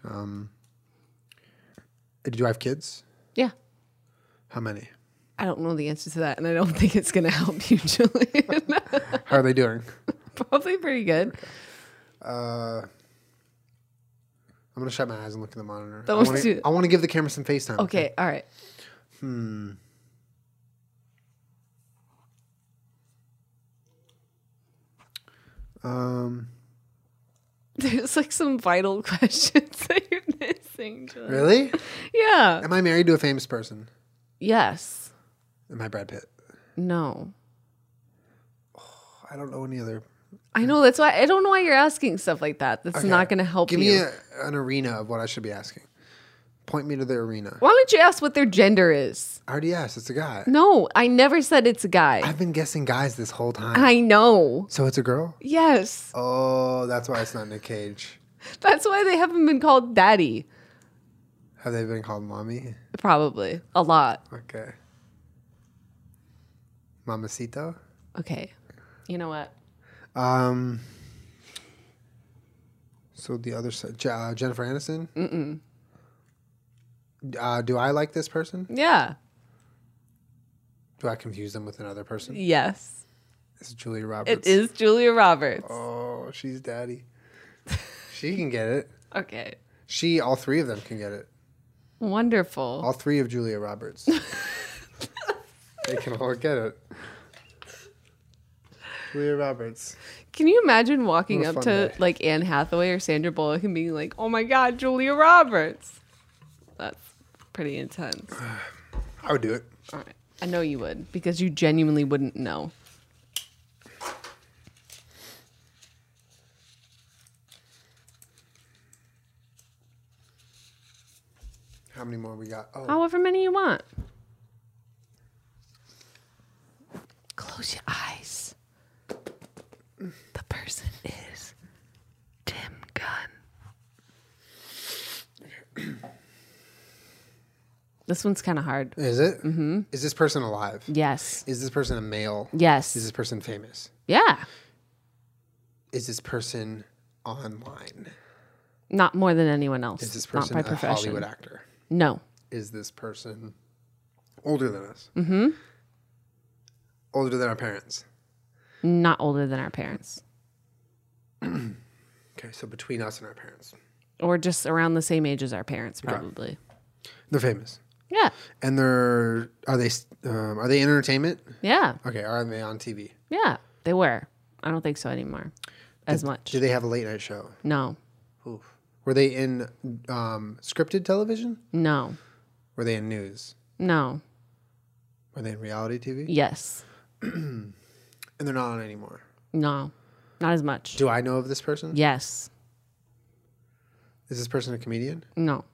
A: there. Um, do I have kids?
B: Yeah,
A: How many?
B: I don't know the answer to that, and I don't think it's going to help you, Julian.
A: How are they doing?
B: Probably pretty good.
A: Uh, I'm gonna shut my eyes and look at the monitor.
B: Don't
A: I wanna,
B: do-
A: I want to give the camera some FaceTime.
B: Okay, all right.
A: Um,
B: There's like some vital questions that you're missing, Julian.
A: really?
B: Yeah.
A: Am I married to a famous person?
B: Yes.
A: Am I Brad Pitt?
B: No.
A: I don't know any other.
B: I know that's why I don't know why you're asking stuff like that. That's not going to help
A: Give
B: you.
A: me a, an arena of what I should be asking. Point me to the arena.
B: why don't you ask what Mm. their gender is?
A: I already asked. It's a guy.
B: No, I never said it's a guy.
A: I've been guessing guys this whole time.
B: I know.
A: so it's a girl.
B: Yes.
A: Oh, that's why it's not Nick Cage.
B: That's why they haven't been called daddy.
A: Have they been called mommy?
B: Probably. A lot.
A: Okay. Mamacito.
B: Okay. You know what?
A: Um. So the other side, Je- uh, Jennifer Aniston. Mm. Uh, do I like this person?
B: Yeah.
A: Do I confuse them with another person?
B: Yes.
A: It's Julia Roberts.
B: It is Julia Roberts.
A: Oh, she's daddy. she can get it.
B: Okay.
A: She, all three of them can get it.
B: Wonderful.
A: All three of Julia Roberts. they can all get it. Julia Roberts.
B: Can you imagine walking
A: What a
B: up
A: fun
B: to
A: day.
B: like Anne Hathaway or Sandra Bullock and being like, "Oh my God, Julia Roberts"? That's pretty intense.
A: I would do it.
B: All right, I know you would because you genuinely wouldn't know.
A: How many more we got? Oh,
B: However many you want. Close your eyes. The person is Tim Gunn. this one's kind of hard.
A: is it? Mm-hmm. Is this person alive?
B: Yes.
A: Is this person a male?
B: Yes.
A: Is this person famous?
B: Yeah.
A: Is this person online?
B: Not more than anyone else.
A: Is this
B: Not
A: person
B: by
A: a
B: profession.
A: Hollywood actor?
B: No.
A: Is this person older than us? Mm-hmm. Older than our parents?
B: Not older than our parents.
A: Okay, so between us and our parents,
B: Or just around the same age as our parents, probably.
A: they're famous,
B: Yeah.
A: and they're are they um, are they in entertainment?
B: Yeah.
A: Okay, are they on TV?
B: Yeah. They were. I don't think so anymore. As much.
A: Do they have a late night show?
B: No.
A: Were they in um, scripted television?
B: No.
A: Were they in news?
B: No.
A: Were they in reality TV?
B: Yes.
A: And they're not on anymore.
B: No. Not as much.
A: Do I know of this person?
B: yes.
A: Is this person a comedian?
B: No.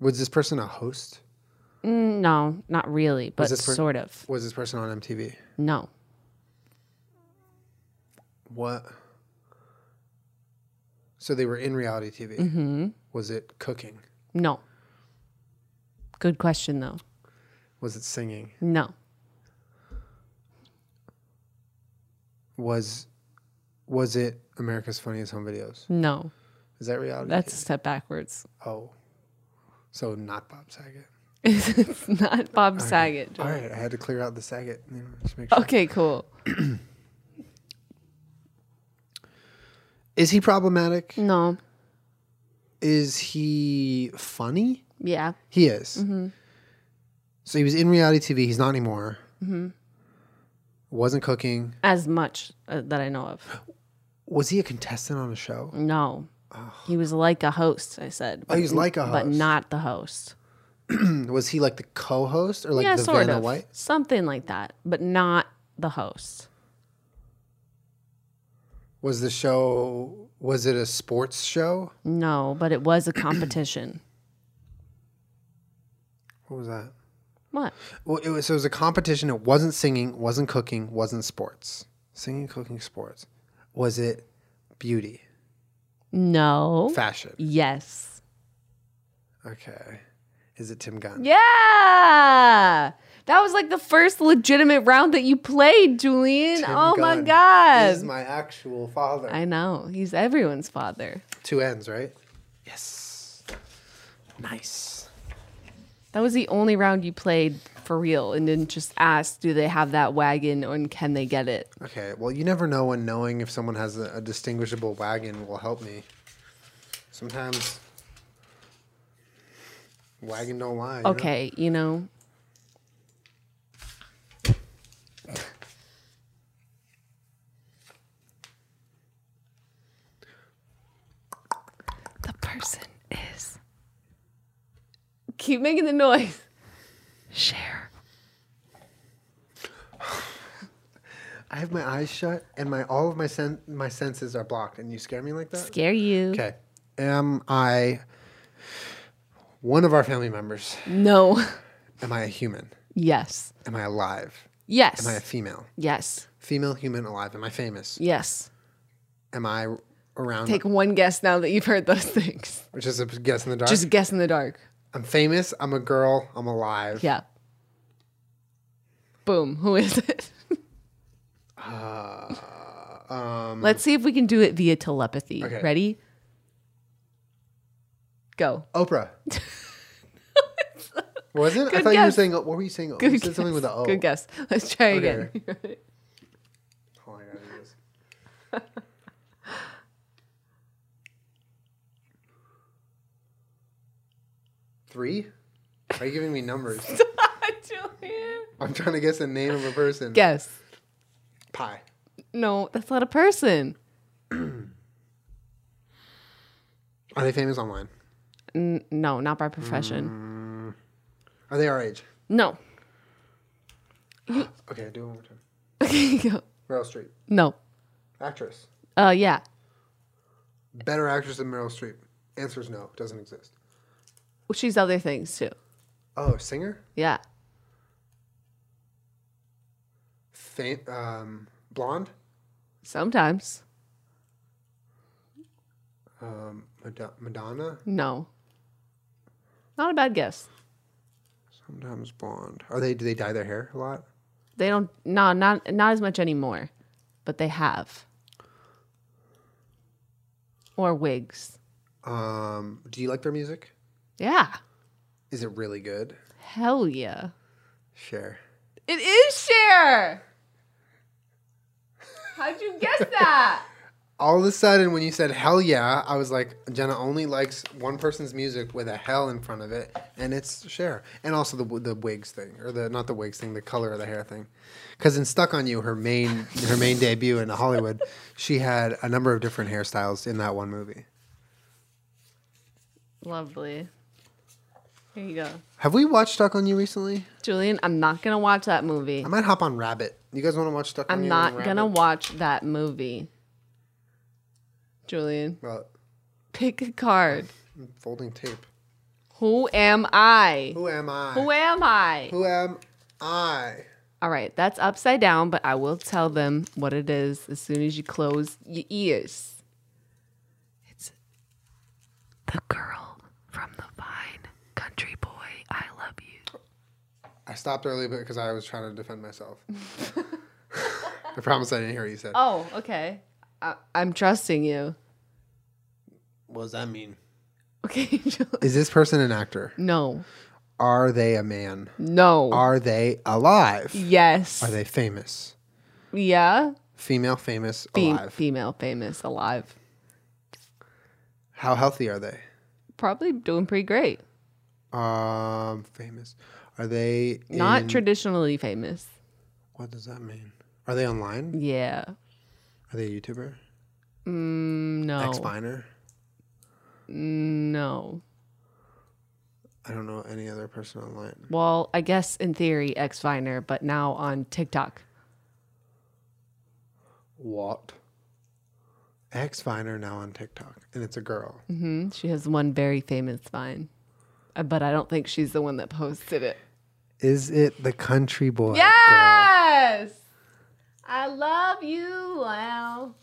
A: Was this person a host?
B: Mm, No. Not really, but
A: this per-
B: sort of.
A: Was this person on MTV?
B: No.
A: What? So they were in reality TV.
B: Mm.
A: Was it cooking?
B: Mm-hmm. No. Good question, though.
A: Was it singing?
B: No.
A: Was was it America's Funniest Home Videos?
B: No.
A: Is that reality?
B: That's a step backwards.
A: oh, so not Bob Saget.
B: it's not Bob Saget.
A: All
B: Joe.
A: right, I had to clear out the Saget. You know, just make sure.
B: Okay, cool.
A: Is he problematic?
B: No.
A: Is he funny?
B: Yeah.
A: He is. So he was in reality TV. He's not anymore. Mm-hmm. Wasn't cooking.
B: As much uh, that I know of.
A: Was he a contestant on a show?
B: No. He was like a host, I said.
A: Oh, he was like a
B: But
A: host.
B: not the host.
A: Was he like the co-host or like
B: yeah,
A: the
B: sort
A: Vanna
B: of.
A: White?
B: Something like that, but not the host.
A: Was the show? Was it a sports show?
B: No, but it was a competition.
A: What was that?
B: what?
A: Well, it was, so it was a competition. It wasn't singing, wasn't cooking, wasn't sports. Singing, cooking, sports. Was it beauty?
B: No.
A: Fashion.
B: Yes.
A: Okay. Is it Tim Gunn?
B: Yeah. That was like the first legitimate round that you played, Julian.
A: Tim
B: oh my
A: Gunn.
B: god.
A: He's my actual father.
B: I know. He's everyone's father.
A: Two ends, right? Yes. Nice.
B: That was the only round you played for real and didn't just ask, do they have that wagon and can they get it?
A: Okay. Well, you never know when knowing if someone has a, a distinguishable wagon will help me. Sometimes wagon don't lie. you know?
B: Okay, you know. The person is. Keep making the noise. Share.
A: I have my eyes shut and my all of my sen- my senses are blocked, and you scare me like that.
B: Scare you.
A: Okay. Am I one of our family members?
B: No.
A: Am I a human?
B: Yes.
A: Am I alive?
B: Yes.
A: Am I a female?
B: yes.
A: Female, human, alive. Am I famous?
B: Yes.
A: Am I around?
B: Take one guess now that you've heard those things.
A: which is a guess in the dark.
B: Just guess in the dark.
A: I'm famous. I'm a girl. I'm alive.
B: Yeah. Boom. Who is it?
A: Um,
B: Let's see if we can do it via telepathy.
A: Okay.
B: Ready? Go.
A: Oprah. Was it? I thought you were
B: guess.
A: saying. What were you saying?
B: Good
A: you
B: guess.
A: said something with the O.
B: Good guess. Let's try
A: Okay.
B: again.
A: Oh my God, it is. Three? Why Are you giving me numbers?
B: Julian.
A: I'm trying to guess the name of a person.
B: Guess.
A: Pie.
B: No, that's not a person.
A: Are they famous online?
B: N- no, not by
A: Mm.
B: profession.
A: Are they our age?
B: No.
A: Okay, do it one more time.
B: Okay, go.
A: Meryl Streep.
B: No.
A: Actress.
B: Uh, yeah.
A: Better actress than Meryl Streep. Answer is no. Doesn't exist.
B: She's other things too.
A: Oh, singer?
B: Yeah.
A: Fam- um, blonde?
B: Sometimes.
A: Um, Mad- Madonna?
B: No. Not a bad guess.
A: Sometimes blonde. Are they? Do they dye their hair a lot?
B: They don't. No, not not as much anymore, but they have. Or wigs.
A: Um, do you like their music?
B: Yeah.
A: Is it really good?
B: Hell yeah.
A: Share.
B: It is Cher. How'd you guess that?
A: All of a sudden, when you said hell yeah, I was like, Jenna only likes one person's music with a hell in front of it, and it's Cher. And also the the wigs thing, or the not the wigs thing, the color of the hair thing. Because in Stuck on You, her main her main debut in Hollywood, she had a number of different hairstyles in that one movie.
B: Lovely. Here you go.
A: Have we watched Stuck on You recently?
B: Julian, I'm not going to watch that movie.
A: I might hop on Rabbit. You guys want to watch Stuck on
B: I'm
A: You?
B: not
A: and
B: going to
A: Rabbit?
B: watch that movie. Julian,
A: Well,
B: pick a card.
A: I'm folding tape.
B: Who am I?
A: Who am I?
B: Who am I?
A: Who am I?
B: All right, that's upside down, but I will tell them what it is as soon as you close your ears. It's the girl from the vine, country boy, I love you.
A: I stopped early because I was trying to defend myself. I promise I didn't hear what you said.
B: Oh, okay. I- I'm trusting you.
A: What does that mean?
B: Okay, Julie.
A: Is this person an actor?
B: no,
A: Are they a man?
B: no,
A: Are they alive?
B: yes,
A: Are they famous?
B: yeah,
A: Female, famous,
B: Fe-
A: alive.
B: female, famous, alive,
A: How healthy are they?
B: probably doing pretty great.
A: Um, famous. Are they
B: Not
A: in-
B: traditionally famous.
A: What does that mean? Are they online?
B: Yeah,
A: Are they a YouTuber?
B: Mm, no,
A: Ex Viner?
B: no.
A: I don't know any other person online.
B: Well, I guess in theory, ex Viner, but now on TikTok.
A: What? Ex Viner now on TikTok, and it's a girl.
B: hmm She has one very famous Vine, Uh, but I don't think she's the one that posted it.
A: Is it the country boy? girl?
B: Yes!
D: I love you. Wow.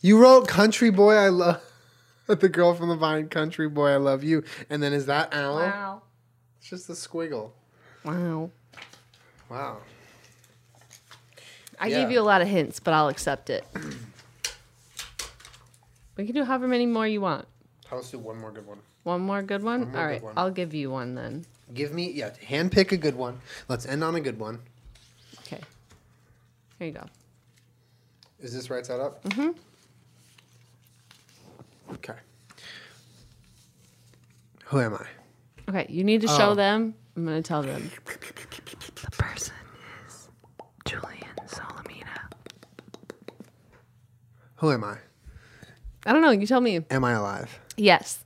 A: You wrote country boy. I love. the girl from the Vine Country Boy, I love you. And then is that Owl?
C: Wow.
A: It's just a squiggle.
B: Wow.
A: Wow.
B: I
A: Yeah.
B: gave you a lot of hints, but I'll accept it. we can do however many more you want.
A: I'll just do one more good one.
B: One more good one?
A: more
B: All
A: good
B: right.
A: one.
B: I'll give you one then.
A: Give me, yeah, handpick a good one. Let's end on a good one.
B: Okay. Here you go.
A: Is this right side up? Mm-hmm. Okay. Who am I?
B: Okay. You need to show
A: Oh.
B: them. I'm going to tell them.
E: The person is Julian Solomina.
A: Who am I?
B: I don't know. You tell me.
A: Am I alive?
B: Yes.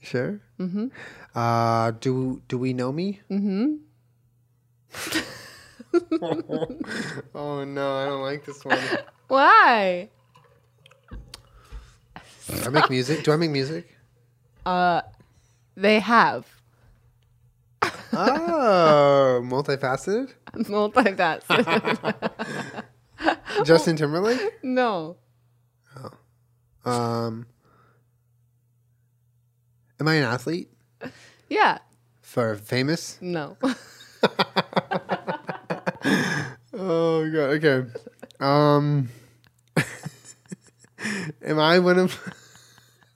A: Sure. Mm-hmm. Uh, do do we know me? Mm-hmm. oh no, I don't like this one.
B: Why?
A: Do I make music? Do I make music?
B: Uh, They have
A: Oh, multifaceted.
B: multifaceted.
A: Justin Timberlake.
B: no.
A: Um, am I an athlete?
B: Yeah.
A: For famous?
B: No.
A: Oh god. Okay. Um, am I one of?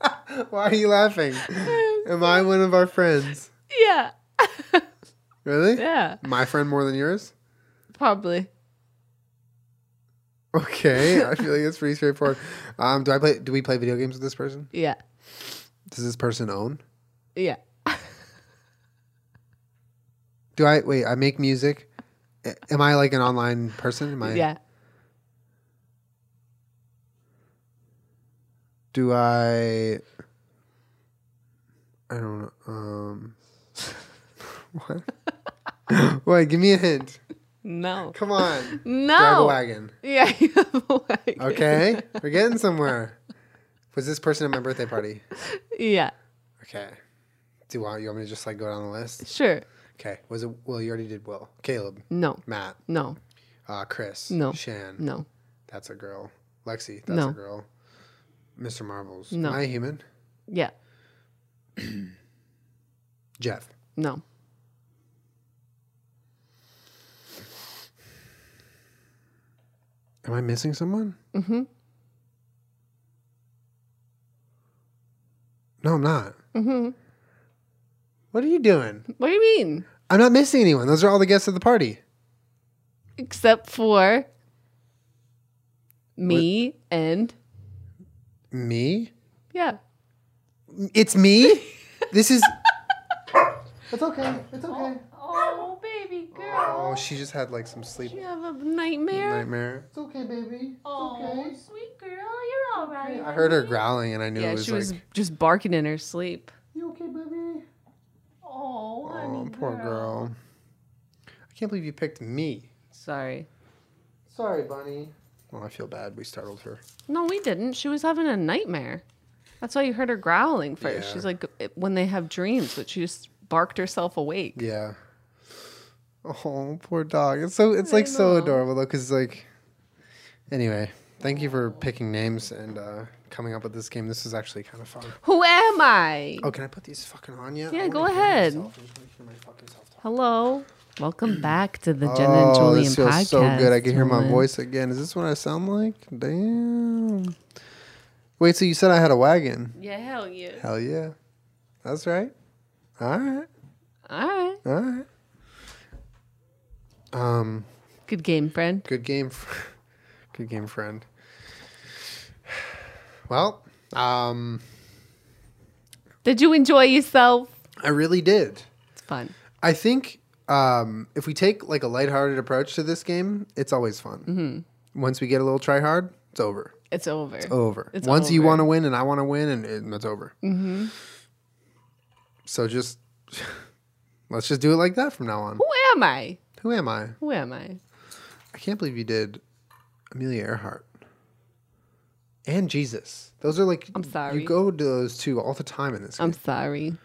A: Why are you laughing? Am I one of our friends?
B: yeah.
A: Really?
B: Yeah.
A: My friend more than yours?
B: Probably.
A: Okay, I feel like that's pretty straightforward. Um, do I play? Do we play video games with this person?
B: Yeah.
A: Does this person own?
B: Yeah.
A: Do I wait? I make music. A- Am I like an online person? Am I?
B: Yeah.
A: Do I? I don't know. Um, what? wait, give me a hint.
B: No.
A: Come on. Drive a
B: No.
A: wagon.
B: Yeah. you have a wagon.
A: Okay, we're getting somewhere. Was this person at my birthday party?
B: Yeah.
A: Okay. Do you want, you want me to just like go down the list?
B: Sure.
A: Okay. Was it? Well, you already did. Will Caleb,
B: No.
A: Matt,
B: No.
A: uh, Chris,
B: No.
A: Shan,
B: No.
A: That's a girl. Lexi, that's
B: No.
A: a girl. Mr. Marvels.
B: No.
A: Am I a human?
B: Yeah.
A: Jeff.
B: No.
A: Am I missing someone?
B: Mm-hmm.
A: No, I'm not.
B: Mm-hmm.
A: What are you doing?
B: What do you mean?
A: I'm not missing anyone. Those are all the guests at the party.
B: Except for me and
A: Me?
B: yeah.
A: It's me? this is. It's okay. It's okay.
C: Oh, baby girl.
A: Oh, she just had like some sleep
B: You have a nightmare.
A: nightmare. It's okay, baby. It's
C: Oh, sweet girl, you're all right.
A: I heard her growling and I knew
B: Yeah,
A: it was
B: she
A: like,
B: was just barking in her sleep.
A: You okay, baby?
C: Oh, honey.
A: Oh, poor girl. I can't believe you picked me.
B: Sorry.
A: Sorry, Bunny. Well, I feel bad. We startled her.
B: No, we didn't. She was having a nightmare. That's why you heard her growling first.
A: Yeah.
B: She's like it- when they have dreams, but she just barked herself awake.
A: Yeah. Oh, poor dog. It's so it's like so adorable though, because like. Anyway, thank you for picking names and uh, coming up with this game. This is actually kind of fun.
B: Who am I?
A: Oh, can I put these fucking Oh on yet?
B: Yeah,
A: I wanna
B: go
A: hear
B: ahead.
A: myself. I just wanna hear my fucking self talk.
B: Hello. Welcome back to the Jen and
A: Oh,
B: Julian
A: this feels
B: podcast.
A: so good. I can hear my
B: Julian.
A: voice again. Is this what I sound like? Damn. Wait, so you said I had a wagon?
B: Yeah, hell yeah.
A: Hell yeah. That's right. All right.
B: All right.
A: All right. Um.
B: Good game, friend.
A: Good game. fr- Good game, friend. Well, um,
B: Did you enjoy yourself?
A: I really did.
B: It's fun.
A: I think um, if we take like a lighthearted approach to this game, it's always fun.
B: Mm-hmm.
A: Once we get a little try hard, it's over.
B: It's over.
A: Over.
B: It's
A: Once you
B: over.
A: want to win and I want to win, and it, it's over. Mm-hmm. So just let's just do it like that from now on.
B: Who am I?
A: Who am I?
B: Who am I?
A: I can't believe you did Amelia Earhart and Jesus. Those are like
B: I'm sorry.
A: You go to those two all the time in this.
B: I'm
A: Game.
B: sorry.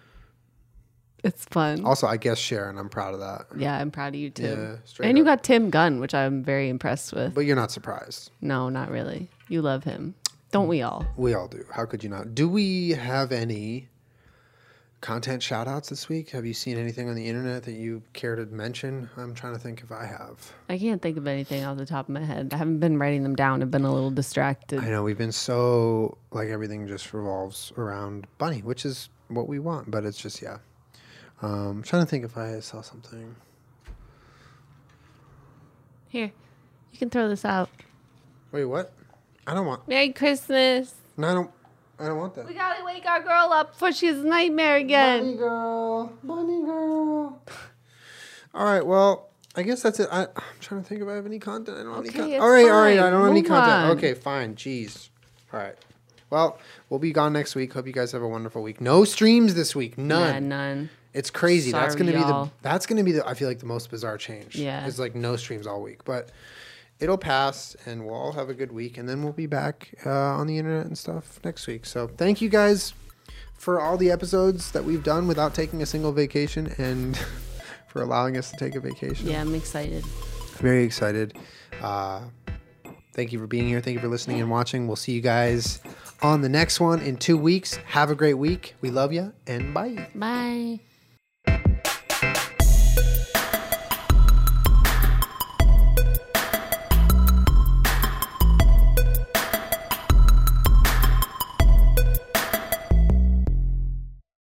B: It's fun.
A: also, I guess Sharon. I'm proud of that.
B: yeah, I'm proud of you
A: Yeah,
B: too.
A: straight
B: and you
A: up.
B: got Tim Gunn, which I'm very impressed with.
A: But you're not surprised.
B: No, not really. You love him. Don't we all?
A: We all do. How could you not? Do we have any content shout outs this week? Have you seen anything on the internet that you care to mention? I'm trying to think if I have.
B: I can't think of anything off the top of my head. I haven't been writing them down. I've been a little distracted.
A: I know we've been so like everything just revolves around Bunny, which is what we want, but it's just yeah. Um, I'm trying to think if I saw something.
B: Here, you can throw this out.
A: Wait, what? I don't want.
B: Merry Christmas.
A: No, I don't. I don't want that.
D: We gotta wake our girl up.
B: Before she has a nightmare again.
A: Bunny girl, bunny girl. All right, well, I guess that's it. I, I'm trying to think if I have any content. I don't have
B: Okay,
A: any content.
B: it's
A: All right, all right, I
B: fine.
A: don't have any
B: Move
A: content.
B: on.
A: Okay, fine. Jeez. All right. Well, we'll be gone next week. Hope you guys have a wonderful week. No streams this week.
B: Yeah,
A: None.
B: none.
A: It's crazy. that's
B: Sorry,
A: gonna be the
B: y'all.
A: that's gonna be the I feel like the most bizarre change.
B: Yeah.
A: It's like no streams all week, but it'll pass and we'll all have a good week and then we'll be back uh, on the internet and stuff next week. So thank you guys for all the episodes that we've done without taking a single vacation and for allowing us to take a vacation.
B: Yeah, I'm excited.
A: Very excited. Uh, thank you for being here. Thank you for listening and watching. We'll see you guys on the next one in two weeks. Have a great week. We love you and bye.
B: Bye.